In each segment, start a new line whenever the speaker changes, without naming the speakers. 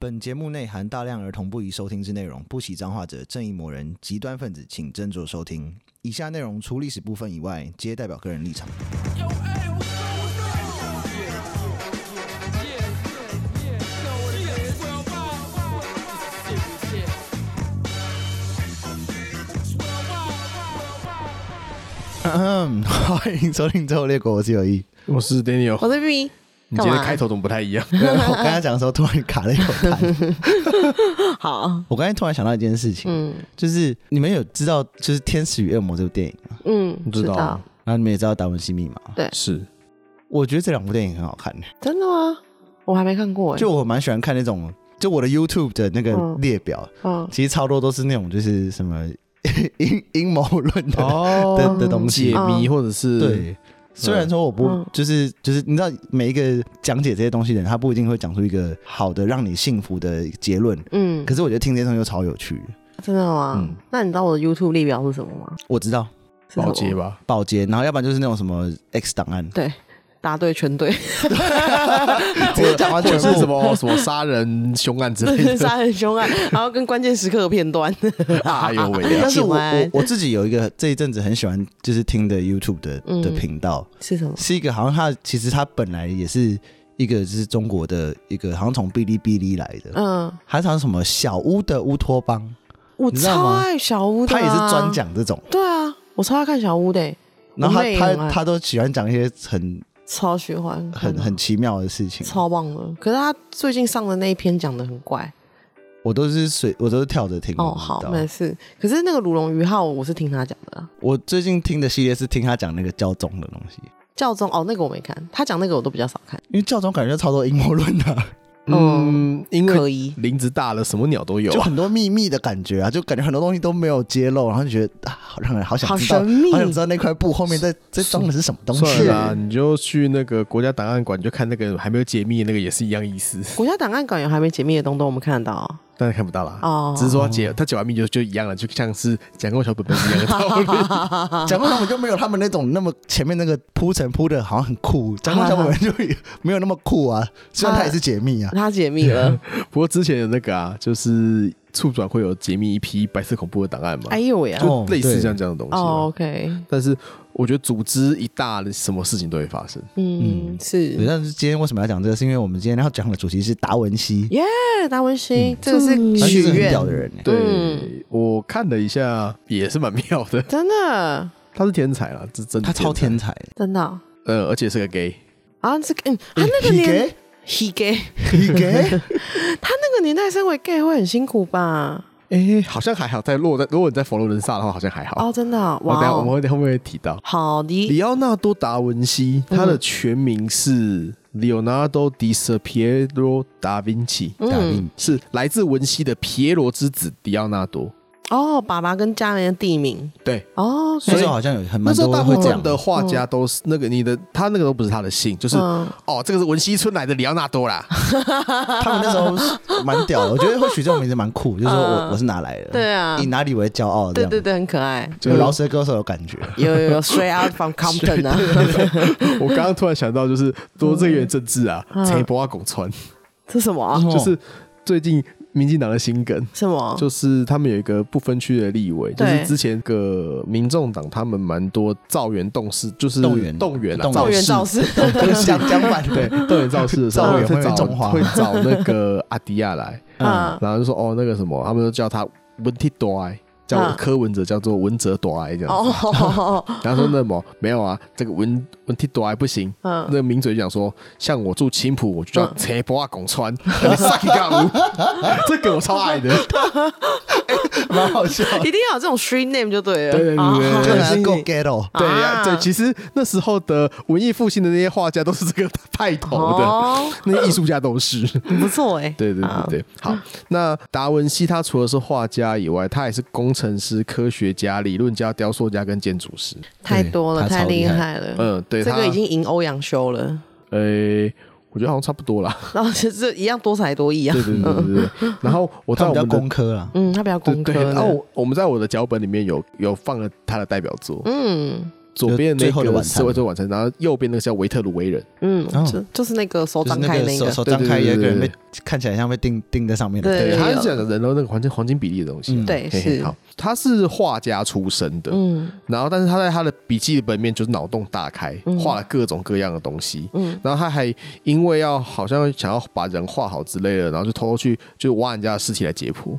本节目内含大量儿童不宜收听之内容，不喜脏话者、正义魔人、极端分子，请斟酌收听。以下内容除历史部分以外，皆代表个人立场。 欢迎收听《最后列国》，我是有意。
我是 Daniel，
我是
哦
B，
你
干
今天
嘛
开头怎么不太一样？
没有我刚才讲的时候突然卡了一口痰。
好，
我刚才突然想到一件事情，
嗯
就是你们有知道就是《天使与恶魔》这部电影吗？
嗯，
知道
道，
然后你们也知道《达文西密码》嘛。
是
我觉得这两部电影很好看，
真的吗？我还没看过哎，
就我蛮喜欢看那种，就我的 YouTube 的那个
嗯
列表，
嗯，
其实超多都是那种就是什么 阴阴谋论的、
哦
的的东
解
西。
谜或者是，
对，虽然说我不、
嗯
就是就是你知道每一个讲解这些东西的人，他不一定会讲出一个好的让你幸福的结论，
嗯
可，是我觉得听这些东西又超有趣的。
真的吗
嗯？
那你知道我的 YouTube 列表是什么吗？
我知道
是什么
保洁吧，
保洁，然后要不然就是那种什么 X 档案，
对，答对 全对，
直接讲完
或
全
者
部
是什么什么杀人凶案之类的。
杀人 凶案，然后跟关键时刻的片段，
哎呦喂 呀
但是我
喜欢
我我自己有一个这一阵子很喜欢就是听的 YouTube 的
嗯
的频道，
是什么？
是一个好像他其实他本来也是一个就是中国的一个好像从哔哩哔哩来的，
嗯，
还是好像什么小屋的乌托邦，
我
你知道
超
吗
爱小屋的，啊
他也是专，讲这种，
对啊，我超爱看小屋的欸，
然后
我妹也
他
很爱
他他都喜欢讲一些很
超喜欢，
很很奇妙的事情，
嗯超棒的。可是他最近上的那一篇讲的很怪
我都是随我都是跳着听的
哦，
嗯你知
好
道，
没事。可是那个卢龙鱼号，我是听他讲的啊。
我最近听的系列是听他讲那个教宗的东西，
教宗哦，那个我没看，他讲那个我都比较少看。
因为教宗感觉超多阴谋论的啊、
嗯，因
可
为
疑，
林子大了，什么鸟都有
就
啊。
很多秘密的感觉啊，就 感觉很多东西都没有揭露，然后就觉得啊，好让人好想知道，
好神秘
好想知道那块布后面在在装的是什么东西。
算了啊，
是
你就去那个国家档案馆，你就看那个还没有解密的那个也是一样意思，
国家档案馆有还没解密的东东，我们看得到哦。
但是看不到啦。
哦
只是说他解他解完密就就一样了，就像是讲过小本本一样的道理。
讲过他们就没有他们那种那么前面那个铺陈铺的好像很酷，讲过小本本就也没有那么酷啊。虽然它也是解密啊，
他解密了，
不过之前的那个啊，就是促转会有解密一批白色恐怖的档案嘛，
哎呦喂啊！
哦
就类似
对
像这样的东西嘛。
哦，OK，
但是我觉得组织一大的什么事情都会发生。
嗯，
对
是。
但是今天为什么要讲这个？是因为我们今天要讲的主题是达文西，
耶，达文西，这个是
他嗯是
许
一个很
愿，
屌的人、欸。
对、
嗯
我看了一下，也是蛮妙的。
真的，
他是天才啦，这真的
他超天
才，
才的，
真的哦
呃，而且是个 gay，
啊！这个，嗯，他那个年，he gay，
你 给，
他那个年代身为 gay 会很辛苦吧？
哎，好像还好，在落在如果你在佛罗伦萨的话，好像还好。
哦，真的哦，
我等一
哇
下我们
哦，
会后面会提到
好的，
里奥纳多·达文西，他的全名是 Leonardo di Ser Piero da Vinci，、
啊
嗯，
是来自文西的皮耶罗之子迪奥纳多。
哦，爸爸跟家人的地名，
对，
哦，OK，
那时候好像有很
那
蛮
时候
多
大
会
部
这
分
样
的画家都是那个你的，他那个都不是他的姓，就是、
嗯
哦，这个是文西村来的里奥纳多啦。
他们那时候是蛮屌的，我觉得会取这种名字蛮酷，就是说我
嗯
我是哪来的，
对啊
以哪里为骄傲，这
对
样
对对，很 可爱，
就饶舌歌手有感觉。
有有有 straight out from Compton 啊，嗯
我刚刚突然想到，就是多这元政治啊，陈伯阿拱川，
这什么啊？
哦
就是最近民进党的新梗。
什么？
就是他们有一个不分区的立委，就
哦对
是之前个民众党他们蛮多造园动势，就是
动员
动员啊，
动
动
造
员
势
造势，
讲讲反
对动员造势的时
造
候
园
会
会
找
种花
会找那个阿迪亚来，
嗯，
然后就说哦那个什么，他们都叫他文体多爱，叫
嗯
柯文哲叫做文哲多爱这样子。
哦，
然后说那么没有啊，这个文文体多还不行。
嗯
那个名嘴就讲说，像我住青浦，我就叫
嗯
切波阿啊拱川， 上杠屋， 这个我超 爱的。
蛮好笑。
一定要有这种 street name 就对了，
对对对对
啊
就
对
很像
是
Go Ghetto，
对呀、
啊
对，其实那时候的文艺复兴的那些画家都是这个派头的，
哦，
那些艺术家都是。
不错哎，
对对
好
对对，好。那达文西他除了是画家以外，他也是工程师、科学家、理论家、雕塑家跟建筑师。
太多了，
对他
太
超厉害
害了，
嗯，对，
这
他
个已经赢欧阳修 了，
呃、我觉得好像差不多 啦。
然后其实一样多才多艺啊
对，对对对对。对然后我在
他比
我
较
们的
工科啦。
嗯，他比较
对哦
工科
对，然后
的，
我我们在我的脚本里面有有放了他的代表作，
嗯，
左边
就最
的
后
那
的
个
晚餐
是维特晚餐，然后右边那个叫维特鲁维人，
嗯
哦，
就就是那个手
就是
张开
个
那
手
个，
手
对
张
对
开，
对
有一个
对
人被
对
看起来像被钉钉在上面的。
对
对，他是讲人和那个黄金黄金比例的东西啊
嗯。
对，
嘿嘿
是
好，，他是画家出身的，
嗯
然后但是他在他的笔记本面就是脑洞大开，
嗯
画了各种各样的东西。
嗯
然后他还因为要好像想要把人画好之类的，然后就偷偷去就挖人家的尸体来解剖。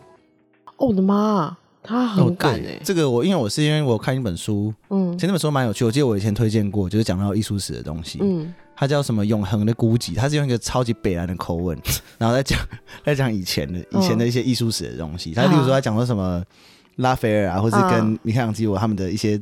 哦，我的妈，他
哦
很敢
对
哎，
这个我因为我是因为我看一本书，
嗯
其实那本书蛮有趣，我记得我以前推荐过，就是讲到艺术史的东西。
嗯，
它叫什么《永恒的孤寂》，它是用一个超级北兰的口吻， 然后在讲在讲以前的以前的一些艺术史的东西。他例如说他讲说什么拉斐尔啊，或是跟
嗯
米开朗基罗他们的一些，因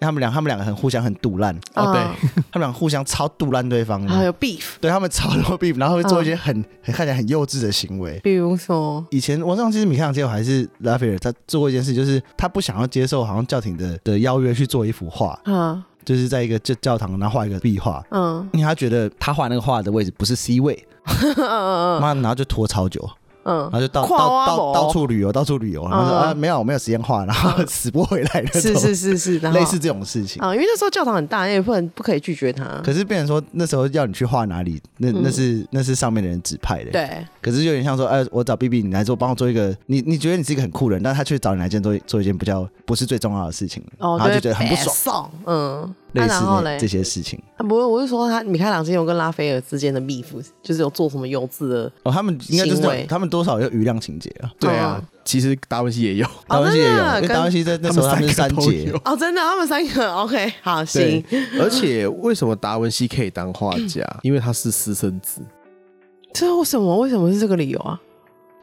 为他们俩他们两个很互相很堵烂，
哦嗯
啊，
他们俩互相超堵烂对方的，
还有 beef，
对他们超多 beef，然后会做一些很、很看起来很幼稚的行为。
比如说，
以前我忘记是米开朗基罗还是拉斐尔，他做过一件事，就是他不想要接受好像教廷的的邀约去做一幅画，
啊
就是在一个教教堂然后画一个壁画，
嗯
因为他觉得他画那个画的位置不是 C 位，
嗯嗯嗯
妈，然后就拖超久，
嗯
然， 后就到
跨
到
挖
到
某
到处旅游，到处旅游，然后说
嗯
啊没有我没有时间画，然后 死不回来那
是
种，
是是是，然后
类似这种事情。
啊，因为那时候教堂很大，也不能不可以拒绝他。
可是变成说那时候要你去画哪里，那那是那是上面的人指派的，
嗯对，
可是就有点像说，哎、我找 B B 你来做，帮我做一个，你你觉得你是一个很酷的人，但他却找你来这做做一件比较不是最重要的事情，
哦，
然后就觉得很不爽，
爽。嗯，
类
那
似
然后
那
嘞
这，些事情。
啊不是，我是说他米开朗基罗跟拉斐尔之间的 beef，就是有做什么幼稚的
哦，他们应该就是那
行
种
为
他们多少有余量情节啊，
对啊，
哦
其实达文西也 有，
达文西也有，
真的啊
因为
跟
达文西在那时候他们是
三
三
个都
姐啊
有，
哦，真的，他们三个 OK，好
对
行，，
而且为什么达文西可以当画 家？因为他是私生子，
这为什么？为什么是这个理由啊？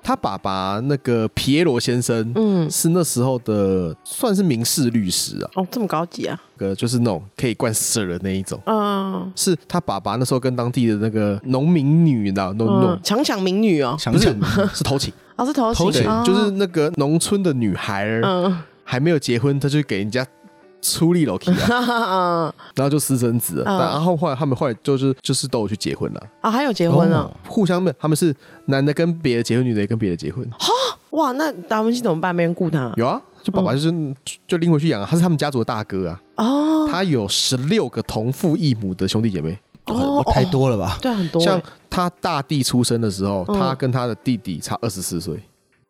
他爸爸那个皮耶罗先生
嗯，
是那时候的算是民事律师啊，
哦，这么高级啊？
个就是那种可以灌死人的那一种。
嗯
是他爸爸那时候跟当地的那个农民女，你知道，农农、
嗯，强抢民女哦，
强
不是
抢
是偷 情，
啊是头
偷
对，
型
情
哦
就是那个农村的女孩儿、
嗯
还没有结婚，她就给人家出力了， 然
嗯
后就私生子了。
嗯
然后后来他们后来就是就是都有去结婚了，
啊还有结婚
哦
了。
互相的他们是男的跟别的结婚，女的也跟别的结婚。
哦哇，那达文西怎么办？没人雇他
有啊，就爸爸就是、就拎回去养啊，他是他们家族的大哥啊，
哦
他有十六个同父异母的兄弟姐妹。
哦，太多了吧？
对，很多欸。
像他大弟出生的时候，
嗯
他跟他的弟弟差二十四岁，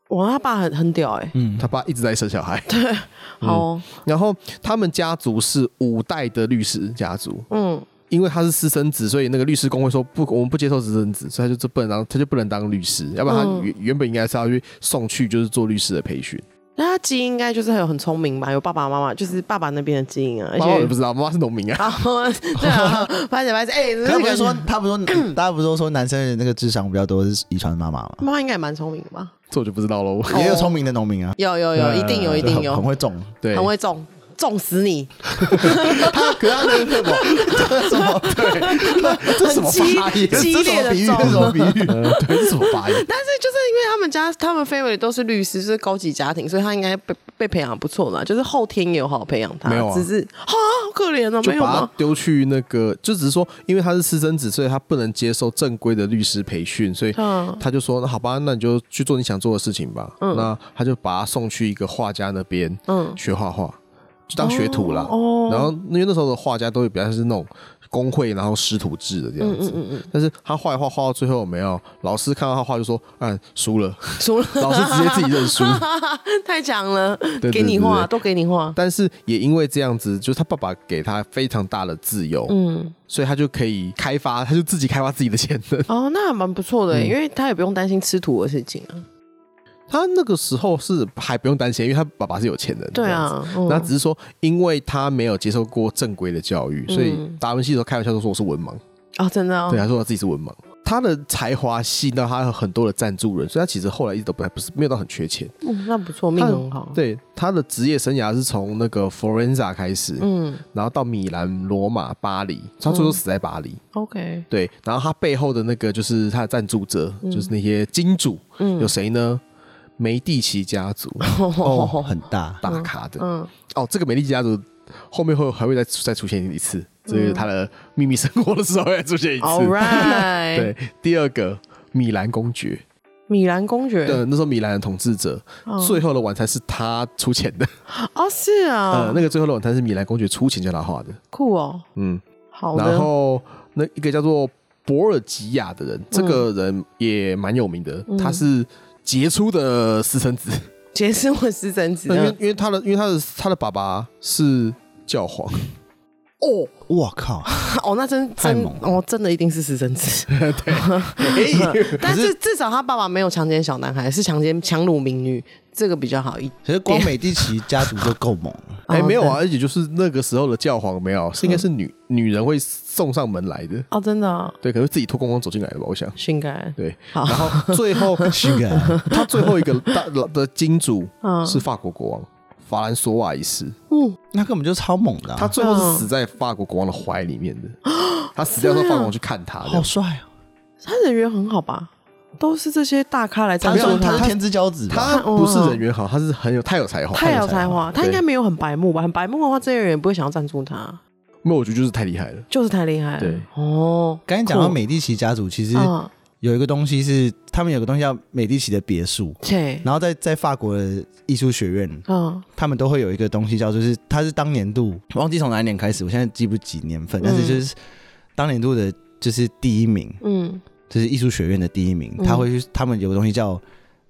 哇，他爸很很屌哎、
嗯，
他爸一直在生小孩。嗯
好、哦，
然后他们家族是五代的律师家族，
嗯
因为他是私生子，所以那个律师工会说不，我们不接受私生子，所以他就这不能当，他就不能当律师，要不然他
嗯
原、原本应该是要去送去就是做律师的培训。
那他基因应该就是很有很聪明吧？有爸爸妈妈，就是爸爸那边的基因啊，而
妈妈我也不
且。
知道，妈妈是农民啊。
啊， 对啊，拍着拍 着，哎、欸，
他
这
不
个
是说他不是 说大家不是都说男生的那个智商比较多是遗传妈妈吗？
妈妈应该也蛮聪明的吧？
这我就不知道喽。
也有聪明的农民啊，
有有哦有，一定有，一
对
定
很
有，
很会种。
对，
很会中，中死你，
他可是他那个什么什 么对，哎这是什么
很激
发音？
激
这是什
烈
么
的
比喻？这是什么比
种
喻？
呃对，这是什么发音？
但是就是因为他们家他们 family 都是律师，就是高级家庭，所以他应该被被培养得不错啦。就是后天也有好好培养他，
没有啊
只是啊，好可怜哦，
就
没有
把他
吗？
丢去那个，就只是说，因为他是私生子，所以他不能接受正规的律师培训，所以
嗯
他就说，那好吧，那你就去做你想做的事情吧。那他就把他送去一个画家那边
嗯，
学画画，就当学徒啦。
哦，
然后因为那时候的画家都会比较是那种工会，然后师徒制的这样
嗯
子。
嗯嗯嗯，
但是他画一画，画到最后没有，老师看到他画就说，嗯，输了，
输了，
老师直接自己认输。
太强了，
对对
给你
对
画，
对
都给你画，
但是也因为这样子，就是他爸爸给他非常大的自由，
嗯，
所以他就可以开发，他就自己开发自己的潜能。
哦，那还蛮不错
嗯
的、因为他也不用担心吃土的事情啊。
他那个时候是还不用担心，因为他爸爸是有钱人。
对
这样子。
啊，
那
嗯，
只是说，因为他没有接受过正规的教育，所以
嗯
达文西都开玩笑说我是文盲，
哦，真的哦，
对，他啊说他自己是文盲。他的才华吸引到他有很多的赞助人，所以他其实后来一直都不太不是没有到很缺钱。
嗯那不错，命很好。，
对，他的职业生涯是从那个 Florenza 开始，
嗯
然后到米兰、罗马、巴黎，他最后死在巴黎。
，OK，
对，然后他背后的那个就是他的赞助者，就是那些金主，有
嗯，
谁呢？梅蒂奇家族
哦， 很大。
打卡的、
嗯，
哦，这个梅蒂奇家族后面会还会再再出现一次，这个他的秘密生活的时候会再出现一次。
All right，
对，第二个米兰公爵，
米兰公爵，
对，那时候米兰的统治者，
哦
最后的晚餐是他出钱的。
哦，是啊
呃，，那个最后的晚餐是米兰公爵出钱叫他画的。
酷哦，
嗯，
好
然
的，
后那一个叫做博尔吉亚的
嗯
人，这个人也蛮有名的，他是杰出的私生子。
杰斯我私生子嗯
那因为
呢，
因为他的因为他的他的爸爸是教皇，
哦
我靠！
哦，那真
太
真
猛了
哦，真的一定是私生 子，
哎
但是至少他爸爸没有强奸小男孩，是强奸强掳民女，这个比较好一点。
其实光美第奇家族就够猛 了，
哎、
哦
没有啊，而且就是那个时候的教皇没
嗯
有，是应该是女、女人会送上门来的，
哦，真的啊，
对，可能自己脱光光走进来的吧，我想，
性感，
对，
好啊
然后最后
性感。
他最后一个 大的金主
嗯
是法国国王。法兰索瓦一世，
嗯，
那根本就超猛的啊、
他最后
嗯
是死在法国国王的怀里面的。他死掉之后，
哦
法
啊
国国王去看他，这样
好帅哦！
他人缘很好吧？都是这些大咖来赞
他
助
算他
他
是，天之骄子吧？
他不是人缘好，他是很有太有才华，
哦太有才华，他应该
对
没有很白目吧？很白目的话，这些人也不会想要赞助他，
没有，我觉得就是太厉害了。
就是太厉害了。
对，
哦，
刚才讲到
酷
美第奇家族，其实
嗯，
有一个东西是他们有个东西叫美第奇的别墅，
对，
然后在在法国的艺术学院，
嗯
他们都会有一个东西叫，就是它是当年度，忘记从哪一年开始，我现在记不几年份，但是就是当年度的，就是第一名，
嗯
就是艺术学院的第一名，
嗯
他会去，他们有个东西叫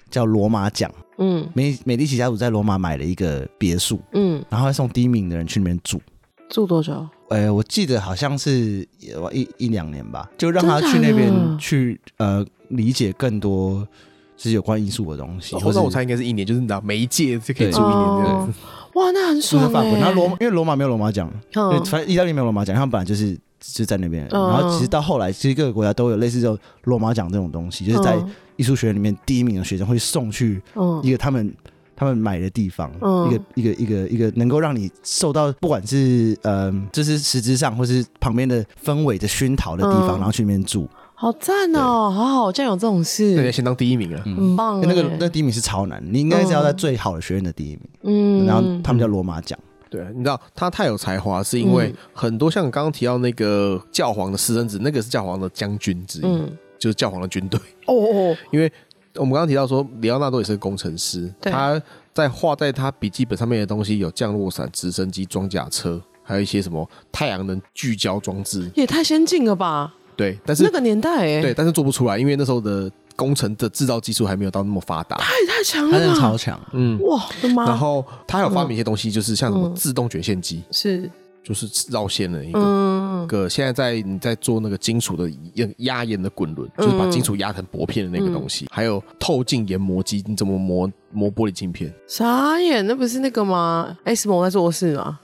叫罗马奖，
嗯
美美第奇家族在罗马买了一个别墅，
嗯，
然后会送第一名的人去里面住。
住多久？
呃，我记得好像是呃一一两年吧，就让他去
真的
那
假的啊
边去呃理解更多就是有关艺术的东西，或
哦那
者
我猜应该是一年，就是你知道每一届就可以住一年这
哦
样子。
啊哇，那很
住
爽
在
欸
法国。然后罗，因为罗马没有罗马奖，因为
嗯
反正意大利没有罗马奖，他们本来就是就在那边。
嗯
然后其实到后来，其实各个国家都有类似这种罗马奖这种东西，就是在
嗯
艺术学院里面第一名的学生会送去
嗯
一个他们。他们买的地方，
嗯
一个一个一个一个能够让你受到不管是呃，就是实质上或是旁边的氛围的熏陶的地方，
嗯
然后去里面住，
好赞哦，好好，竟然有这种
那要
事，
先当第一名啊！
很棒欸。
那个那第一名是超难，你应该是要在最好的学院的第一名，
嗯，
然后他们叫罗马奖，
对，你知道他太有才华，是因为
嗯
很多像刚刚提到那个教皇的私生子，那个是教皇的将军之一，
嗯，
就是教皇的军队。
哦哦，
因为我们刚刚提到说，里奥纳多也是个工程师，
对
他在画在他笔记本上面的东西有降落伞、直升机、装甲车，还有一些什么太阳能聚焦装置。
也太先进了吧？
对，但是
那个年代，哎，
对，但是做不出来，因为那时候的工程的制造技术还没有到那么发达。
太太强
他真的
了吧
超！强，
嗯，
哇，我的妈！
然后他还有发明一些东西，就是像什
嗯
么自动卷线机，
是，
就是绕线的一个。
嗯，
个现在在你在做那个金属的压压延的滚轮，就是
嗯
把金属压成薄片的那个东西，还有透镜研磨机，你怎么磨磨玻璃镜片？
傻眼，那不是那个吗？S 哎模在做的事吗？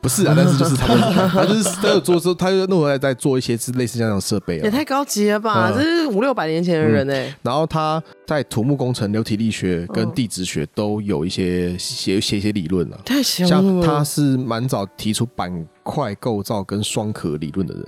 不是啊，但是就是他 们，他就是他有做，他就那时候在在做一些是类似这样的设备
也
啊。
太高级了吧！
嗯
这是五六百年前的人哎，
然后他在土木工程、流体力学
嗯
跟地质学都有一些写写一些理论啊。
太强
像
了。
他是蛮早提出板块构造跟双壳理论的人，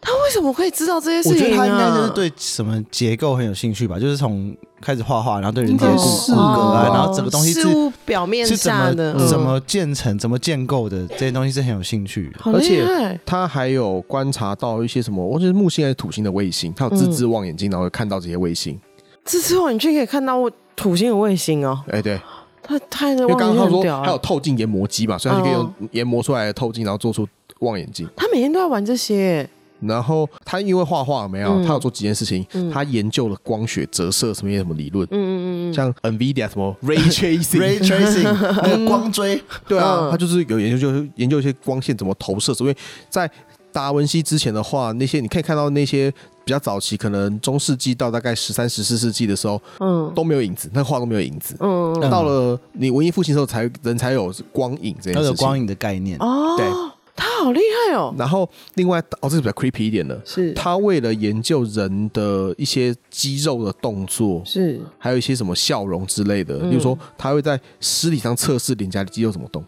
他为什么可以知道这些
我
事
觉
情
得
啊？
他应该就是对什么结构很有兴趣吧，就是从开始画画，然后对人体的
应
骨
该是
骨
吧
骼啊，
哦
然后整个东西
事
是
嗯物表面
是怎
下
么
的，
怎
嗯
么建成、怎么建构的这些东西是很有兴趣的。
好
而
厉
且
害，
他还有观察到一些什么，我觉得木星还是土星的卫星，
嗯
他有自制望远镜，然后看到这些卫星。
这之后你就可以看到我土星有卫星哦，
哎，对，
他太
因
能
为
望
刚
远
刚他
镜很
说
屌啊哦
还有透镜研磨机嘛，所以他就可以用研磨出来的透镜，然后做出望远镜。
他每天都在玩这些，欸
然后他因为画画有没有，
嗯
他有做几件事情，他研究了光学折射什么什么理论，
嗯嗯嗯嗯，
像 NVIDIA 什么 Ray Tracing，
Ray tracing 那个光追，
对啊，
嗯
他就是有研究，就是研究一些光线怎么投射，因为在达文西之前的话，那些你可以看到那些比较早期，可能中世纪到大概十三、十四世纪的时候
嗯
都没有影子，那画都没有影子。
嗯嗯
嗯
到了你文艺复兴的时候才，人才有光影这
它
件
有
事
光
情。
影的概念。
对
哦，他好厉害哦，
然后另外哦，这个比较 creepy 一点的，
是
他为了研究人的一些肌肉的动作，
是
还有一些什么笑容之类的，
嗯
例如说他会在尸体上测试脸颊的肌肉怎么动。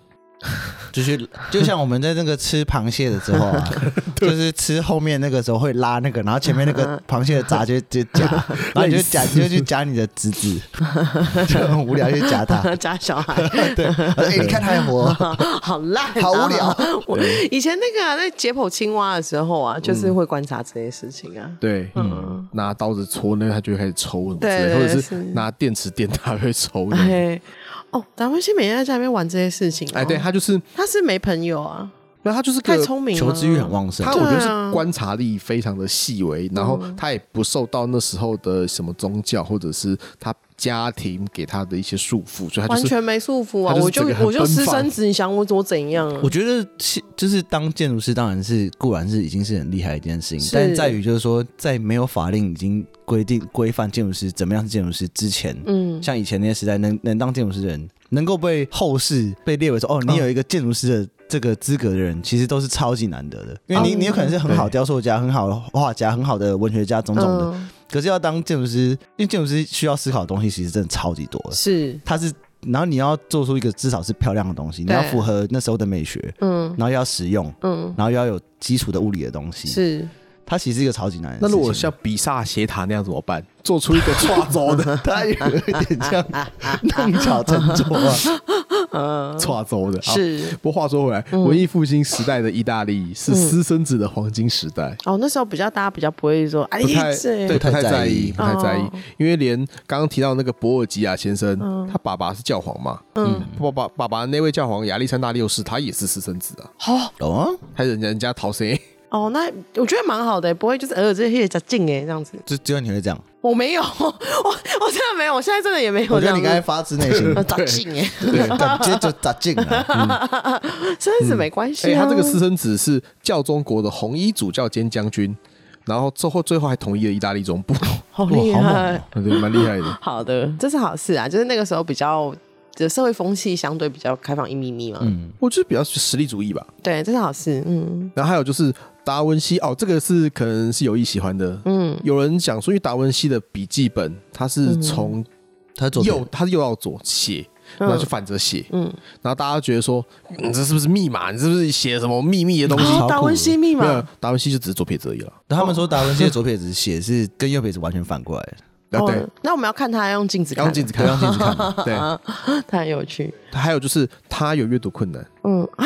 就是就像我们在那个吃螃蟹的时候 啊，就是吃后面那个时候会拉那个，然后前面那 个螃蟹的闸就就夹，然后你就夹你就去夹你的侄子， 就很无聊就夹 他。
家小孩。
对，哎、你看他还 活，
好烂、啊，
好无聊。
我
嗯
以前那个啊、在解剖青蛙的时候啊，就是会观察这些事情啊。
对，
嗯，
拿刀子戳那个，它就会开始抽什么之
对
类的，
对
或者是
是
拿电池电它会抽的。
哎，哦，达文西每天在家里面玩这些事情、哦，
嗯哎，对，他就是，
他是没朋友啊，
那他就是
太
个
聪明了，
求知欲很旺盛
他，我觉得
对啊嗯
是观察力非常的细微，然后他也不受到那时候的什么宗教或者是他家庭给他的一些束缚，所以他
完
就是
全没束缚啊！
他就是
我就
整个很
我就私
奔放
生子，你想我我怎样啊？
我觉得是就是当建筑师，当然是固然是已经是很厉害的一件事情
是，
但在于就是说，在没有法令已经规定规范建筑师怎么样是建筑师之前，
嗯，
像以前那些时代，能能当建筑师的人，能够被后世被列为说，哦，
嗯
你有一个建筑师的这个资格的人，其实都是超级难得的，因为你
嗯
你有可能是很好
对
雕塑家、很好的画家、很好的文学家种种的，
嗯
可是要当建筑师，因为建筑师需要思考的东西其实真的超级多的，
是，
他是。然后你要做出一个至少是漂亮的东西，你
对
要符合那时候的美学，
嗯
然后又要实用，
嗯，
然后又要有基础的物理的东西，
是，
它其实是一个超级难的事
那
情。
如果像比萨斜塔那样怎么办？做出一个跨轴 的
他有一点这样弄巧成拙啊，
嗯，
跨轴的。好
是。
不过话说回来，
嗯
文艺复兴时代的意大利是私生子的黄金时代，
哦，那时候比较大家比较不会说，哎
不太，
这
对，不太
不太
在
在
意，
意
不太在意
哦，
因为连刚刚提到那个博尔吉亚先生，他爸爸是教皇嘛，
嗯，
爸爸爸爸那位教皇亚历山大六世，他也是私生子啊，
哦
哦，
他人家人家逃哎 谁？
哦，那我觉得蛮好的，不会就是呃这些较近哎这样子，
就只有你会这样。
我没有，我我真的没有， 我现在真的也没有
我
这
觉得
样
你刚才
子，
发自内 心，
呃较近哎，
对，感觉就咋劲了。
真是没关系
哎、
啊。
他这个私生子是教中国的红衣主教兼将军，然后最后最后还统一了意大利总 部，
好厉
哇好猛
害
哦，
对，蛮厉害的。
好的，这是好事啊，就是那个时候比较就社会风气相对比较开放一咪咪嘛，
嗯，
我就是比较实力主义吧。
对，这是好事，嗯
然后还有就是达文西哦，这个是可能是有意喜欢的。
嗯，
有人讲说，因为达文西的笔记本他是从
他左
右
右，
他是右到左写，然后就反着写，
嗯，
然后大家觉得说你这是不是密码？你是不是写什么秘密的东西？
哦
哦，达文西密
没有
码，，
达文西就只是左撇子而已了。
他
哦
们说达文西的左撇子写是跟右撇子完全反过来 的，
啊，对，
哦，那我们要看他用镜子看
刚，镜子看，
刚镜子看嘛，
对。
他很有趣，
还有就是他有阅读困难，
嗯啊，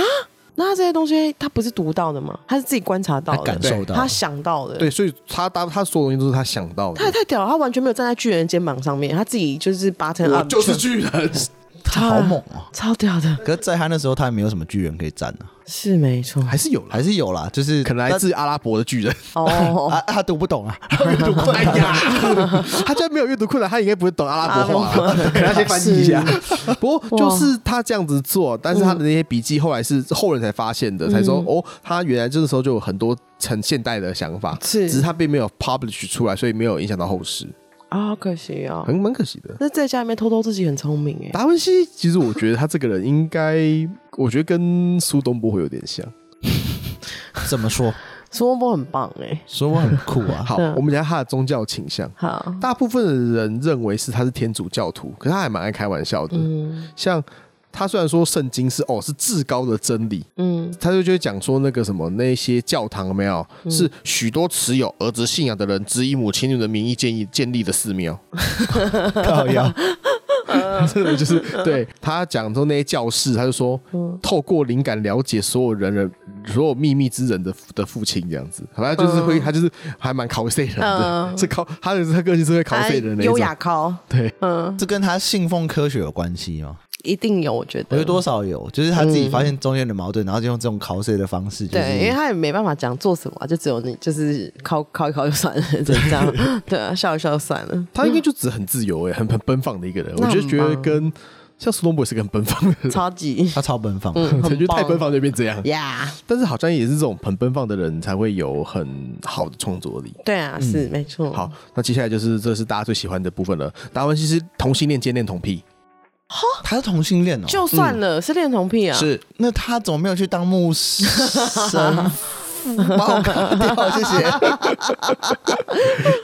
那他这些东西他不是读到的吗？他是自己观察到
他
的，
感受到，
他想到的，
对，，所以他他他所有东西都是他想到
他也
的。
太屌了，他完全没有站在巨人的肩膀上面，他自己就是八成
我
啊，
就是巨人，
他好猛哦。
超屌的，
可是在他那时候，他也没有什么巨人可以站啊，
是没错，
还是有啦，
还是有啦，就是
可能来自阿拉伯的巨人。
他
哦，
啊，他读不懂啊，
阅读困难哎呀，他居然没有阅读困难，他应该不会懂阿拉伯话
阿拉
啦，
伯
给他先翻译一下。不过就是他这样子做，但是他的那些笔记后来是后人才发现
嗯
的，才说哦，他原来这个时候就有很多很现代的想法，
是
只是他并没有 publish 出来，所以没有影响到后世，
啊，好可 惜哦。
很蛮可惜的。
那在家里面偷偷自己很聪明哎，
达文西，其实我觉得他这个人应该，我觉得跟苏东坡会有点像。
怎么说？
苏东坡很棒哎，
说我很酷啊，
好，
嗯
我们讲他的宗教倾向。
好，
大部分的人认为是他是天主教徒，可是他还蛮爱开玩笑的。
嗯
像他虽然说圣经是哦是至高的真理，
嗯
他就就会讲说那个什么那些教堂有没有、是许多持有儿子信仰的人只以母亲的名义建议建立的寺庙，
靠 腰，
真的就是对他讲说那些教士，他就说、
嗯
透过灵感了解所有人人所有秘密之人的的父亲这样子，反正就是会、他就是还蛮 c o s 人的，
嗯
是 c 他的他个性是会 c o
他
s 人的那
哎优
种
雅。高，
对，
嗯，
这跟他信奉科学有关系吗？
一定有，我觉
我觉
得
得。多少有，就是他自己发现中间的矛盾，然后就用这种 cos 的方式，就
对，因为
是
他也没办法讲做什么，就只有你就是靠靠一靠就算了，就这样， 对啊，笑一笑就算了。
他应该就只是很自由哎、很很奔放的一个人。我
那
就
很
觉得
棒
跟像苏东坡也是个很奔放的人，
超级
他超奔放，
嗯，
我
很
觉得太
棒
奔放就 变这 样。
呀
但是好像也是这种很奔放的人才会有很好的创作力。
对啊，是没错。
好，那接下来就是这是大家最喜欢的部分了。达文西是同性恋兼恋童癖，
他是同性恋哦，
就算了，是恋童癖啊，
是
那他怎么没有去当牧师？ 把我砍掉，谢 谢。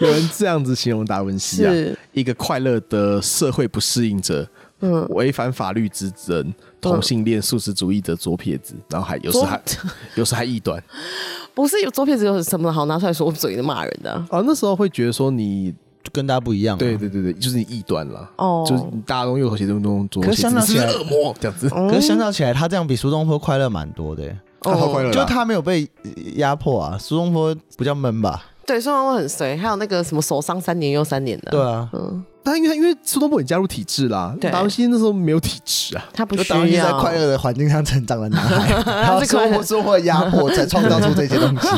有人这样子形容达文西啊，
是
一个快乐的社会不适应者，
嗯
违反法律之人，同性恋素食主义的左撇子，然后还有时还有时还异端。
不是有左撇子有什么好拿出来说嘴的骂人的啊、
哦，那时候会觉得说你
就跟大家不一样、啊，
对。对对对，就是你异端了，
哦
就是你大家都用右手写中中左手
可是
写
相
字，
较起
你是
来
恶魔这样子。
可是相较起来，他这样比苏东坡快乐蛮多的耶、欸
他超快乐的啊，
就他没有被压迫啊。苏东坡比较闷吧，
对，苏东坡很随，还有那个什么手伤三年又三年的，
对啊，
嗯，
但因为因为苏东坡也加入体制啦，
对
达文西那时候没有体制啊，
他不
就
需
达文西在
要
快乐的环境上成长的男 孩，他
是
受
快乐
过受过压迫才创造出这些 东西，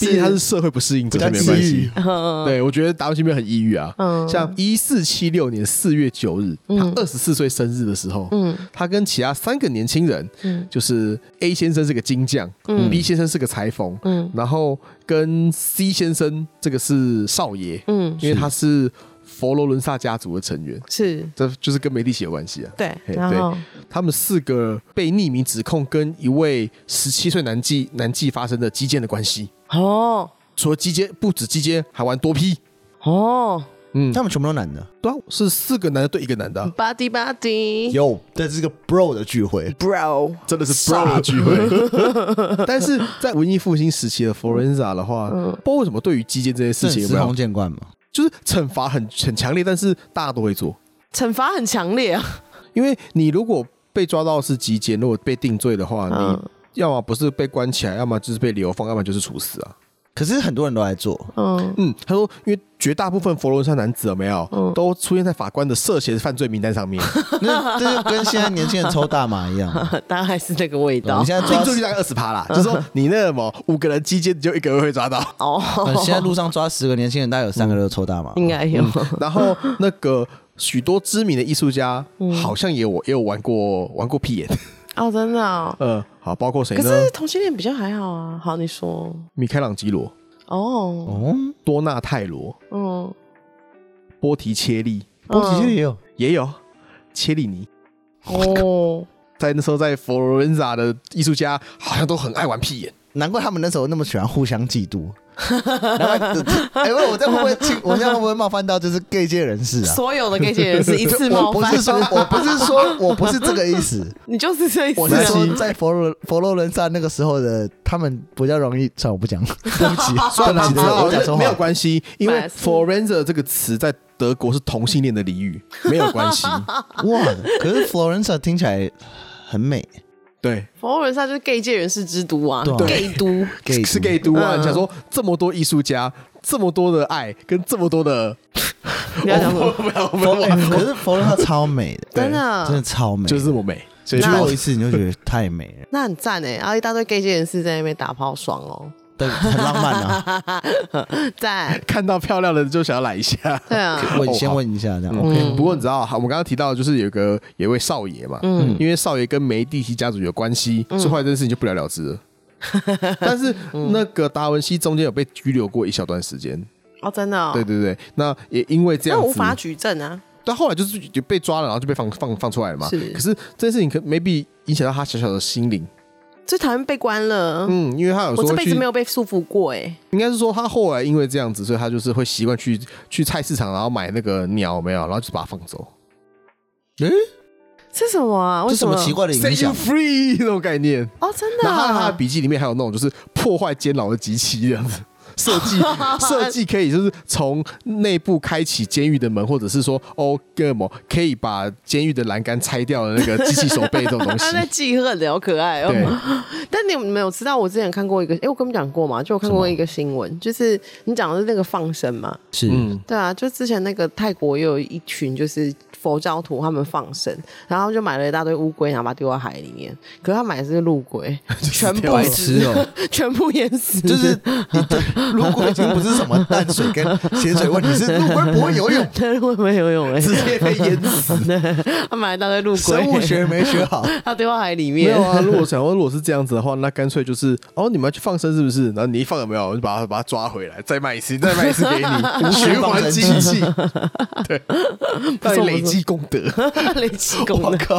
毕竟他是社会不适应者，
比较
没关
抑
系
郁。
嗯
对，我觉得达文西没有很抑郁啊。
嗯
像一四七六年四月九日，他二十四岁生日的时候，
嗯
他跟其他三个年轻人，
嗯
就是 A 先生是个金匠、
嗯
b 先生是个裁缝，
嗯
然后跟 C 先生这个是少爷，
嗯，
因为他是佛罗伦萨家族的成员，
是，
这就是跟梅蒂奇有关系啊。
对，
嘿
然后
他们四个被匿名指控跟一位十七岁男妓男妓发生的基奸的关系，
哦
除了基奸，不止基奸，还玩多批。
哦
嗯，
他们全部都男的。
对啊，是四个男的对一个男的啊、
，body body
有，这是个 bro 的聚会，
bro，
真的是 bro 的聚会。 但是在文艺复兴时期的 Forenza 的话，
嗯
不知道为什么对于基奸这些事
这
情
是
有没
司空
有，
见惯嘛？
就是惩罚很很强烈，但是大家都会做，
惩罚很强烈啊，
因为你如果被抓到是基奸，如果被定罪的话，
嗯
你要么不是被关起来，要么就是被流放，要么就是处死啊。
可是很多人都来做，
嗯
嗯，他说，因为绝大部分佛罗伦萨男子有没有、都出现在法官的涉嫌犯罪名单上面，
那这就跟现在年轻人抽大麻一样。
当然还是那个味道
嗯你现在抓
定，罪率大概二十趴
嗯
啦。就是说你那什么五个人击奸，就一个人会抓到。
哦，
呃现在路上抓十个年轻人，大概有三个都抽大麻。
应该有，
然后那个许多知名的艺术家，
嗯
好像也有也有玩过玩过屁眼。
哦，真的哦，
嗯，好，包括谁
哎
可
呢？
是同性恋比较还好啊，好，你说，
米开朗基罗、
哦，
哦，
多纳泰罗、
嗯，
波提切利
波提切利也有，
也有，切利尼。
哦，
在那时候，在佛罗伦萨的艺术家好像都很爱玩屁眼，
难怪他们那时候那么喜欢互相嫉妒。然后， 哎、喂我这会不会侵，我这样会不会冒犯到就是 gay 界人士啊？
所有的 gay 界人士一次冒
我不
犯
是，说，我不是说，我不是这个意思，
你 就是这一次啊
我是说在佛罗佛罗伦萨那个时候的他们比较容易，算了我不讲，对 不起，
算
对不起，
了，知
这
道
个我讲错
没有
话。
关系，因为
买是
forenser 这个词在德国是同性恋的俚语，没有关 系。
哇， 可是佛罗伦萨听起来很美
对，
佛罗伦萨就是 gay 界人士之都啊
对啊
，gay 都，
，gay
是 gay 都啊！
嗯
你想说这么多艺术家，这么多的爱，跟这么多的，
你要讲什么？
没有没
佛
有
罗
没
哎
有，
可是佛罗伦萨超美 的，
真
真的
的，
超美，
就是这么美，所
你
以
去
就
过一次你就觉得太美了，
那很赞哎，然后一大堆 gay 界人士在那边打炮，爽哦，
对，很浪漫啊。
赞，
看到漂亮的就想要来一下。
对啊，
问
哦
先
好
问一下这样。
嗯，不过你知道，好我们刚刚提到就是有个有一位少爷嘛，嗯，因为少爷跟梅蒂奇家族有关系，所以后来这件事情就不了了之 了。但是那个达文西中间有被拘留过一小段时间，
哦，真的哦，
对对对，那也因为这
那
样
无
子，
法举证啊，
但后来就是就被抓了，然后就被放放放出来了嘛。
是
可是这件事情可 maybe 影响到他小小的心灵，
最讨厌被关了。
嗯，因为他有
我
说
这辈子
去
没，有被束缚过哎，
应该是说他后来因为这样子，所以他就是会习惯去去菜市场，然后买那个鸟有没有，然后就把它放走
诶，
是什么啊？
嗯
为
这什么奇？怪的
，set
影
you
响？
free 那种概念。
哦，真的
然后他他的
啊，
笔记里面还有那种就是破坏监牢的机器这 样子。设计设计可以就是从内部开启监狱的门，或者是说哦，哥们可以把监狱的栏杆拆掉的那个机器手背这种东西
他。在记恨的，好可爱哦。
对，
但你有没有知道我之前看过一个？哎、我跟你讲过嘛，就我看过一个新闻，就是你讲的是那个放生嘛，
是
嗯，
对啊，就之前那个泰国也有一群就是佛教徒，他们放生，然后就买了一大堆乌龟，然后把它丢到海里面，可是他买的是陆 龟，全
掉
部
白
了
痴
死，
哦，
全部淹死，，
就是你这陆龟已经不是什么淡水跟咸水问题，是陆龟不会游 泳
对，会不会 游泳哎、
直接被淹死。
他买了一大堆陆
生物
龟，
学没学好，
他丢到海里
没
面
有，啊。如果想说如果是这样子的话，那干脆就是哦，你们要去放生是不是？然后你一放有没有，我就把它把它抓回来，再卖一次，再卖一次 给你，循环机器， 对，再累积功德，
雷气功
啊我
能，
靠，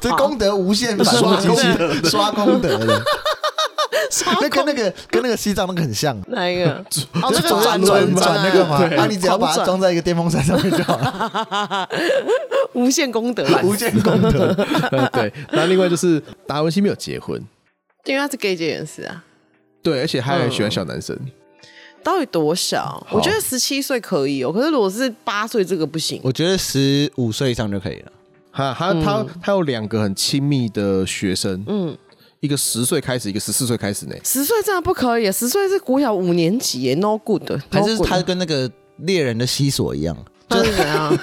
这功德无限反复机器，刷功德的。那跟那个跟那个西藏那个很像，
哪一 个？哦，那
就
个
转
转
转
转
那个嘛，啊
对
那你只要把它
狂
装在一个电风扇上面就好了，
无限功德，
无限功德。
呃 对。那另外就是达文西没有结婚，
因为他是 gay 界人士啊。
对，而且他还喜欢小男生，
到底多小？我觉得十七岁可以哦，可是如果是八岁，这个不行。
我觉得十五岁以上就可以了。
哈，他他他有两个很亲密的学生，
嗯，
一个十岁开始，一个十四岁开始呢。
十岁真的不可以，十岁是国小五年级耶，no good，
还是
no good
他跟那个猎人的西索一样？
那是 怎样？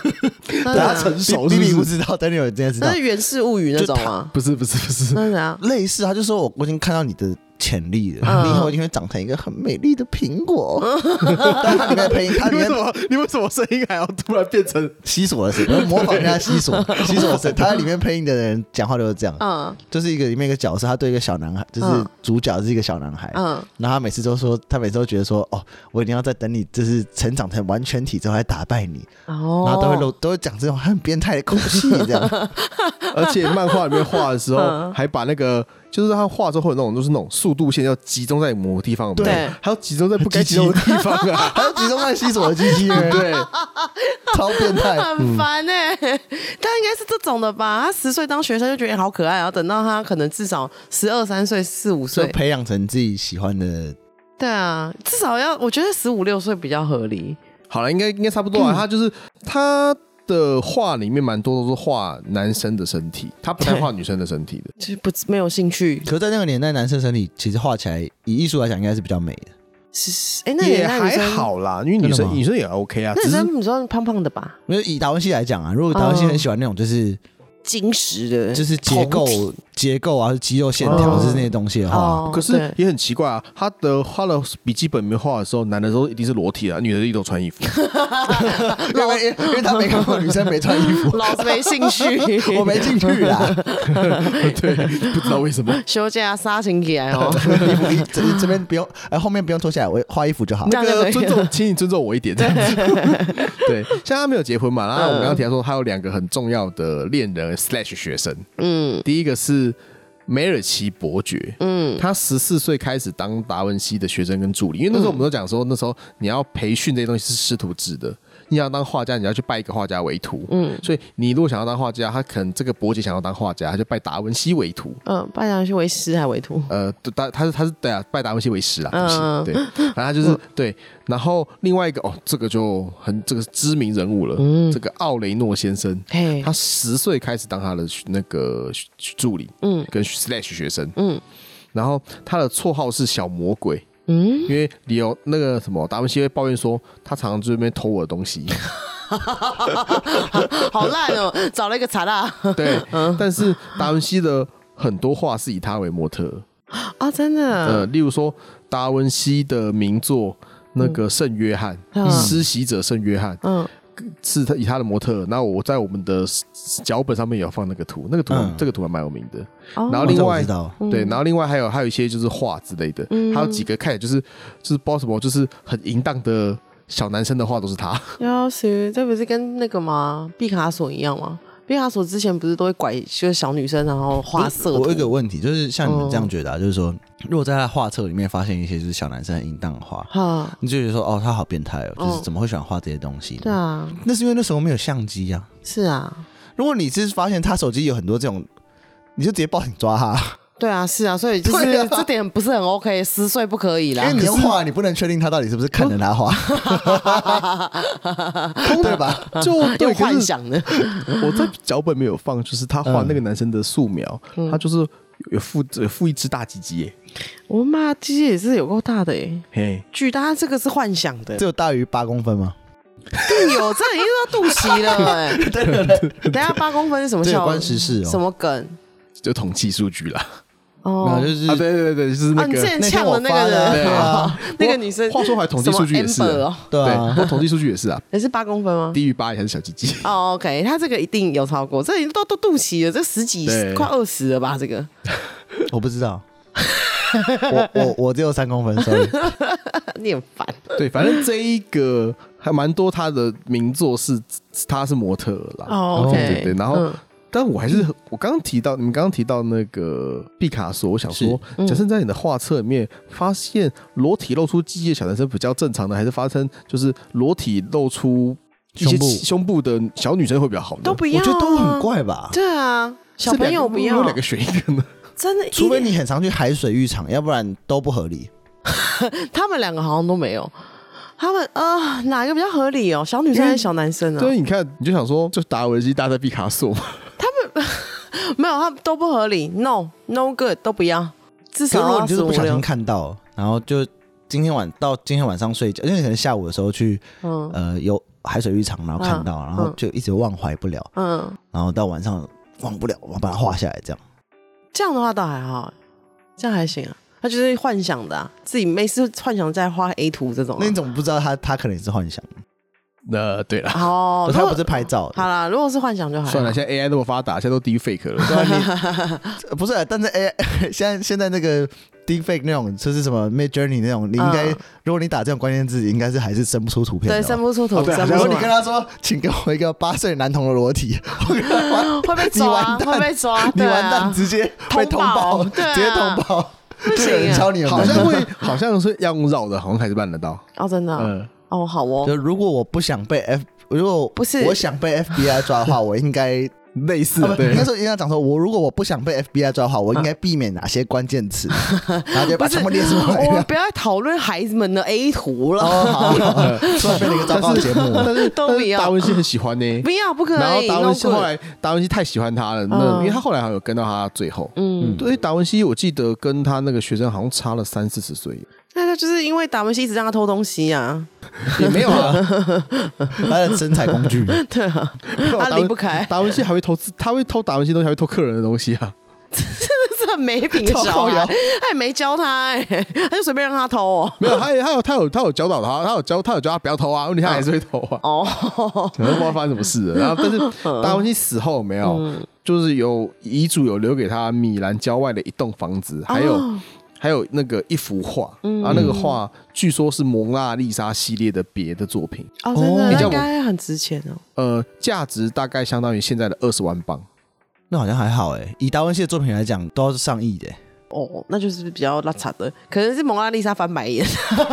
那是
他
怎样
成熟
比
是
比
不
不
是？
知道，但你有这样知道
啊那是，源氏物语那种啊吗？嗯
不是不是不是，
那是怎样？
类似，他就说我我已经看到你的潜力了，
嗯
你以后一定会长成一个很美丽的苹 果。但他里面配音，他里
你为
面
什么你为什么声音还要突然变成？
西索的声音，我模仿一下西 索，西索的声音，他在里面配音的人讲话都是这样，
嗯
就是一个里面一个角色，他对一个小男孩，就是
嗯
主角是一个小男孩，
嗯，
然后他每次都说，他每次都觉得说，哦，我一定要在等你，就是成长成完全体之后来打败你，
哦，
然后都会露，都会讲这种很变态的口气，这样，
而且漫画里面画的时候，还把那个就是他画之后会有那种就是那种速度线要集中在某个地方，有没有
对
还要集中在不该集中的地方 啊。
还有集中在西索的机 器人，
对，
超变 态。
嗯
很烦 哎、但应该是这种的吧？他十岁当学生就觉得、欸好可爱，然后等到他可能至少十二三岁、四五
就
岁，
培养成自己喜欢的，
对啊，至少要我觉得十五六岁比较合理。
好了，应该应该差不多啊。他就是他的画里面蛮多都是画男生的身体，他不太画女生的身体的。
就是不没有兴趣，
可是在那个年代，男生身体其实画起来，以艺术来讲，应该是比较美的。
是哎、那
也
那
还
女生，
好啦，因为女
真的
生
吗
女生也 OK 啊，
那
只
女
是
生你说胖胖的吧，
因为以达文西来讲啊，如果达文西很喜欢那种就是、
金石的，
就是结构啊
同体
结构啊、肌肉线条、
哦
就是那些东西的话，
哦，
可是
对
也很奇怪啊。他的画了笔记本里面画的时候，男的时候一定是裸体啊，女的一定都穿 衣服。
因为因为他没看过女生没穿衣 服，
老子没 兴趣，
我没进去 啦，
对，不知道为什么。
休假杀青起来哦，
衣服一这这边不用，哎后面不用脱下来，我画衣服就好。
这
那
样就可
个
以
尊
了
重，请你尊重我 一点，这样子。 对，像他没有结婚嘛，然
嗯
后我们刚刚提到说他有两个很重要的恋人 slash 学生，
嗯
第一个是梅尔奇伯爵，
嗯，
他十四岁开始当达文西的学生跟助理，因为那时候我们都讲说，那时候你要培训这些东西是师徒制的，你想要当画家，你要去拜一个画家为徒，嗯，所以你如果想要当画家，他可能这个伯爵想要当画家，他就拜达文西为徒，
嗯，拜堂是为师还为 徒，
呃，对他他是他是对啊，拜达文西为师啦，对不
嗯
起，对，然后他就是对，然后另外一个哦，这个就很这个是知名人物了，这个奥雷诺先生，
嗯嘿
他，十岁开始当他的那个助理
嗯
跟 slash 学生，
嗯
然后他的绰号是小魔鬼，
嗯，
因为理由那个什么达文西会抱怨说他常常在那边偷我的东 西，
好烂哦，找了一个 查拉
对，
嗯
但是达文西的很多画是以他为模特儿，
啊，真的
呃，，
嗯
例如说达文西的名作那个《圣约翰
嗯》，
施洗者圣约翰
嗯，
是他以他的模特儿，那我在我们的脚本上面也有放那个图，那个图
嗯
这个图还蛮有名的，
哦嗯
然后另外
我知道，
对，然后另外还有还有一些就是画之类的，还有几个看起来就是就是不知道什么，就是很淫荡的小男生的画都是他。
要死，这不是跟那个吗？毕卡索一样吗？毕卡索之前不是都会拐就是小女生，然后画色
我有一
图
个问题，就是像你们这样觉得、啊，就是说，如果在他的画册里面发现一些就是小男生很淫荡的画，
哈？
你就觉得说，哦，他好变态哦，
嗯
就是怎么会喜欢画这些东西呢？
对啊，
那是因为那时候没有相机啊。
是啊，
如果你是发现他手机有很多这种，你就直接报警抓 他，
对啊，是啊，所以就是、
对啊
这点不是很 OK，十岁不可以
因为
啦。
你用画，你不能确定他到底是不是看着他画，对吧？
就
又
对，可
幻
是
想的，
我在脚本没有放，就是他
嗯
画那个男生的素描，
嗯
他就是有附有附一只大鸡鸡耶，
我妈其实也是有够大的诶、
嘿，
巨大，这个是幻想 的
只，有大于八公分 吗？
有这已经到肚脐了 哎、等一下八公分是什么
这有
效？
关时事
什
哦。
么梗？
就统计数据啦。啊，
没有，
哦，
就是、
对对对对，就是那
啊，你之
个。
前
那天
呛
我
的那个
发的
人，哦
对啊
那个女生，
话说回来，统计数据也是
什么 Amber
啊，
哦，
对
对，
啊
不，过统计数据也 是啊，
哎也是八公分吗？
低于八也还是小鸡 鸡。
哦，OK，他这个一定有超过，这已经都都肚脐了，这十几
对
快二十了吧？这个
我不知道。我我我只有三公分，sorry。
你很烦，
对，反正这一个还蛮多他的名作是他是模特儿啦。
哦，OK
对对，然后。
嗯
但我还是很我刚刚提到，你们刚刚提到那个毕卡索，我想说，
嗯
假设在你的画册里面发现裸体露出鸡鸡的小男生比较正常的，还是发生就是裸体露出一
胸
些
部
胸部的小女生会比较好呢？
都 不
我
要，啊
觉得都很，怪吧，
对啊，
这
小朋友
两个
不
如
要
果，两个选一个呢？
真的，
除非
一
你很常去海水浴场，要不然都不合理。
他们两个好像都没有，他们啊哪个比较合理哦？
嗯
小女生还是小男生 啊？
对，你看你就想说，就达文西搭在毕卡索嘛，
没有，他都不合理，no no good 都不要，至
可是
少
如果
要
你就
十
是
五
不小心
六，
看到，然后就今天晚到今天晚上睡觉，因为可能下午的时候去
嗯
呃有海水浴场，然后看到，然后
嗯
就一直忘怀不了，
嗯，
然后到晚上忘不了，我把它画下来，这样
这样的话倒还好，这样还行啊。他就是幻想的、啊，自己没事幻想再画 A 图这种啊、
那你怎么不知道他他可能也是幻想？
那对了，
哦，
他
如
不
果
是拍照的，
好啦，如果是幻想就还好
哎算了，现在 AI 那么发达，现在都低 fake 了。
对啊，你不是啊，但是 AI 现在现在那个 deepfake 那种，就是什么 Mid Journey 那种，你应该、
嗯
如果你打这种关键字，应该是还是生不出图片的哦。
对，生不出图，
哦对
生
好
不
然
像
出
后
是
你跟
来，
他说，请给我一个八岁男童的裸体， 我跟他玩
会被
你完
抓，
蛋
会被抓，
你
对
完
啊
蛋，，直接被通报，
通报对啊
直接通报，
不
就有
行
人
啊
敲 你的门
好像会，好像是要用绕的，好像还是办得到。
哦，真的啊
嗯，
哦，好哦，
就如果我不想被 F，如果
不是
我想被 FBI 抓的话，我应该
类似
啊
的，
不
对
应该。说应该讲说，我如果我不想被 FBI 抓的话，我应该避免哪些关键 词，然后就把全部列出来。
哦我们不要再讨论孩子们的 A 图了，
哎哦，好，突然变成一个糟糕的节目。
但是
都
但
不
是
要
达文西很喜欢呢。
不要，不可
然后
以
达
，no
文西
good
后来，达文西太喜欢他了，那
嗯
因为他后来好像有跟到他最后。
嗯，
对，达文西我记得跟他那个学生好像差了三四十岁，
那他就是因为达文西一直让他偷东西啊，
也没有啊。
他的身材工 具，
对啊，
没有啊
他
达
离
文
不开，
达文西还会偷自，他会偷达文西东西，还会偷客人的东西啊。
这是很没品的
超
小
靠
孩
腰，
他也没教他，哎，他就随便让他偷哦，
没有，他也他有他有他有教导他，他有教他有教他不要偷啊，问题他还是会偷 啊。
哦，
然后不知道发生什么事了。然后，但是
嗯
达文西死后有没有，就是有遗嘱有留给他米兰郊外的一栋房子，还有、
哦嗯
还有那个一幅画，然后那个画据说是蒙娜丽莎系列的别的作品，
哦，真
哦
的，
你
那
这样
应
我
该很值钱哦，
呃，价值大概相当于现在的二十万镑。
那好像还好哎。以达文西的作品来讲，都是上亿的欸，
哦，那就是比较拉碴的，可能是蒙娜丽莎翻白眼，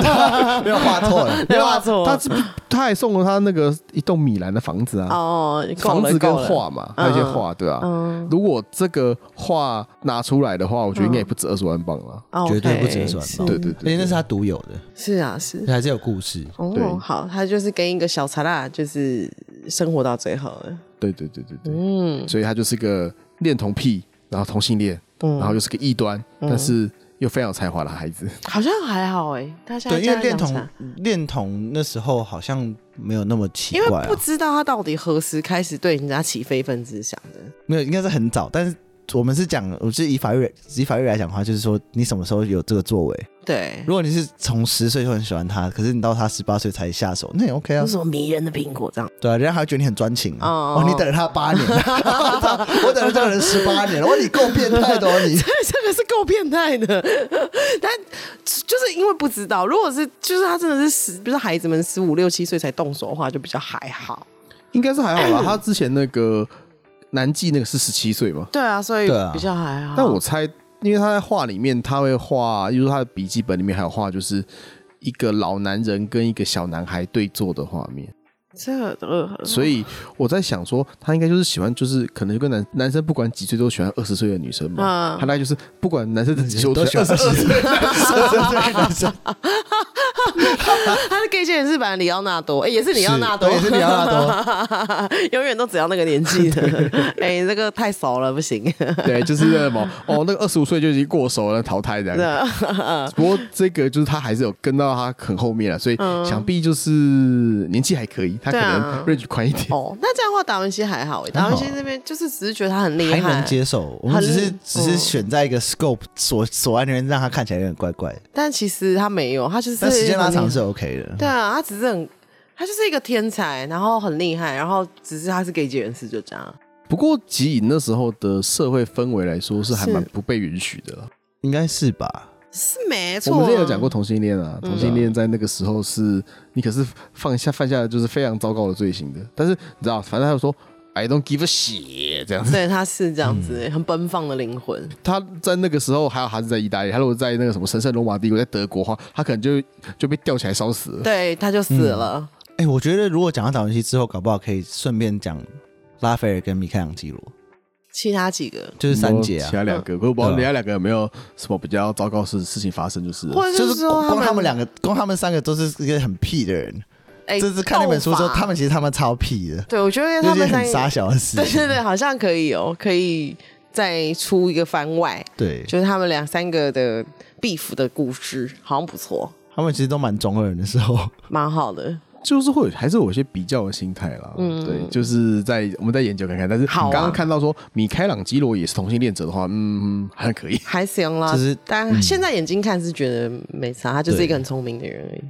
没有画错了。
啊 没
啊
画错，
他是他还送了他那个一栋米兰的房子啊，
哦，够
房
了
子跟
够了
画嘛，还有一些
嗯嗯
画，对啊。
嗯，
如果这个画拿出来的话，我觉得应该也不止二十万镑了。
哦
绝对不
OK，
止20万
是
吧
对对
而且
对
哎那是他独有的，
是啊，是
而且还是有故事。
哦
对，
好，他就是跟一个小查拉，就是生活到最后了。
对对对对对。
嗯
所以他就是个恋童癖，然后同性恋，
嗯，
然后又是个异端，但是又非常有才华的孩子。
好像还好哎、他现在
对，因为
这
恋
样讲
童
起来
恋童那时候好像没有那么奇
因
怪
为
啊
不，知道他到底何时开始对人家起非分之想的。
没有，应该是很早，但是。我们是讲，我是以法律以法律来讲的话，就是说你什么时候有这个作为。
对，
如果你是从十岁就很喜欢他，可是你到他十八岁才下手，那也 OK 啊
有。什么迷人的苹果这样？
对啊，人家还会觉得你很专情啊！
嗯哦
哦，你等了他八年，我等了这个人十八年了，哇，你够变态的哦你！
对，这个是够变态的。 但就是因为不知道，如果是就是他真的是十，不是孩子们十五六七岁才动手的话，就比较还好。
应该是还 好啦，他之前那个南纪那个是十七岁嘛，
对啊，所以
对啊
比较还好。
但我猜，因为他在画里面他会画，就是他的笔记本里面还有画，就是一个老男人跟一个小男孩对坐的画面。
这个呃，
所以我在想说，他应该就是喜欢，就是可能就跟男男生不管几岁都喜欢二十岁的女生嘛。
嗯
他大概就是不管男生的几岁
都喜欢
二
二
十
十岁男生，
他的 gay 界人是版里奥纳多，哎、也是里奥纳多，
对也是里奥纳多，
永远都只要那个年 纪的。哎、这个太熟了，不行。
对，就是那什么，哦，那个二十五岁就已经过手了，淘汰这样。不过这个就是他还是有跟到他很后面了，所以想必就是年纪还可以，他可
对啊
能 range 宽一点。
哦，那这样的话，达文西还好哎、达文西这边就是只是觉得他很厉害，
还能接受。我们只是
很
只是
嗯
选在一个 scope 所所安的人，让他看起来有点怪怪的，
但其实他没有，他就是
但时间拉长
很厉
是 OK 的。
对啊，他只是很，他就是一个天才，然后很厉害，然后只是他是 gay 界人士就这样。
不过即以那时候的社会氛围来说，是还蛮
是
不被允许的了。
应该是吧？
是没错、
我
啊，嗯
们之前有讲过同性恋啊，同性恋在那个时候是你可是放下犯下的就是非常糟糕的罪行的。但是你知道，反正他有说 I don't give a shit 这样子。
对，他是这样
嗯
子、很奔放的 灵魂。
他在那个时候还有还是在意大利，他如果在那个什么神圣罗马帝国，在德国的话，他可能就就被吊起来烧死了。
对，他就死了。
哎、我觉得如果讲到达文西之后，搞不好可以顺便讲拉斐尔跟米开朗基罗，
其他几个，
就是三杰啊
其。他两个，我不知道
对啊
其他两个有没有什么比较糟糕事事情发生，就是了
或者
就是是
说
光光他们
们
两个，光他们三个都是一个很屁的人。
哎
这次看那本书之后，
斗法
他们其实他们超屁的，
对我觉得
就
他
是
们
很
三
傻
个，
小的事
对
情。
对对，好像可以哦，可以再出一个番外，
对，
就是他们两三个的 beef 的故事，好像不错，
他们其实都蛮中二的时候，
蛮好的。
就是会有还是有一些比较的心态啦。嗯，对，就是在我们再研究看看。但是
好啊
刚刚看到说米开朗基罗也是同性恋者的话，嗯，还可以。
还行啦，
就是嗯
但现在眼睛看是觉得没差，他就是一个很聪明的人而已。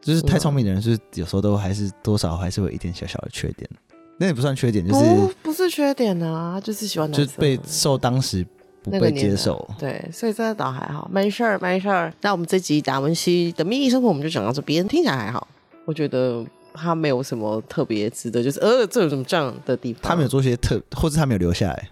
就是太聪明的人是有时候都还是多少还是会有一点小小的缺点，那也不算缺点，就是、
不，哦不是缺点啊，他就是喜欢男
就
生
是被受当时不
那个
被
年代
接受。
对，所以这倒还好，没事儿，没事儿。那我们这集达文西的秘密生活我们就讲到这边，听起来还好，我觉得他没有什么特别值得，就是呃，这有什么这样的地方？
他没有，做些特，或者他没有留下来。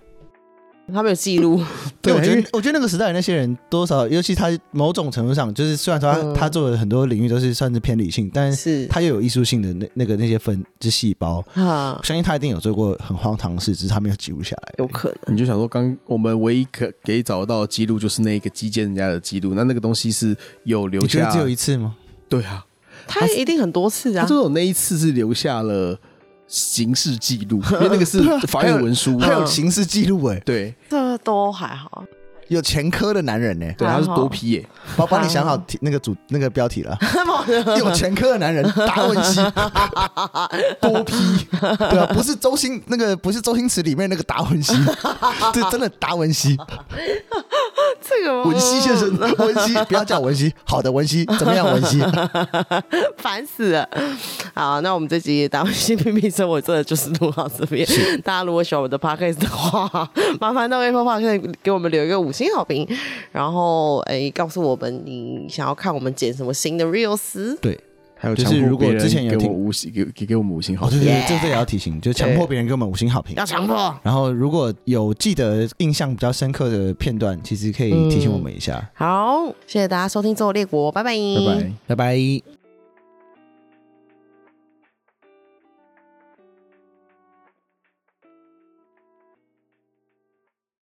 他没有记录，
对，我觉
因
得
为
我觉得那个时代的那些人多少，尤其他某种程度上，就是虽然说他、
嗯
他做的很多领域都是算是偏理性，但是
是
他又有艺术性的那那个那些分就细胞，
啊
我，相信他一定有做过很荒唐的事，只是他没有记录下来。
有可能。
你就想说，刚我们唯一可可以找到的记录就是那个击剑人家的记录，那那个东西是有留
你觉
下
得，只有一次吗？
对啊，
他一定很多次
他
啊
就，有那一次是留下了刑事记 录，因为那个是法院文书，
啊还有刑事记录哎，
对
这都还好。
有前科的男人呢、
对，他是多批耶，
帮帮你想好题那个主那个标题了。有前科的男人达文西，多批，对啊，不是周星那个不是周星驰里面那个达文西，对，真的达文西，
这个
文西先生，文西不要叫文西，好的文西怎么样？文西，
嗯烦死了！好，那我们这集达文西秘密生活真的就是录到这边。大家如果喜欢我们的 podcast 的话，麻烦到 Apple Podcast 给我们留一个五星好评，然后诶、告诉我们你想要看我们剪什么新的 reels。
对，
还有
就是
强迫
如果
别人
之前有
给我
听
五星，给给给我们五星好
哦对
评，
对对
Yeah，
这这也要提醒，就强迫别人给我们五星好评
要。强迫。
然后如果有记得印象比较深刻的片段，其实可以提醒我们一下。
好，谢谢大家收听《周游列国》，拜拜，
拜拜。
拜拜。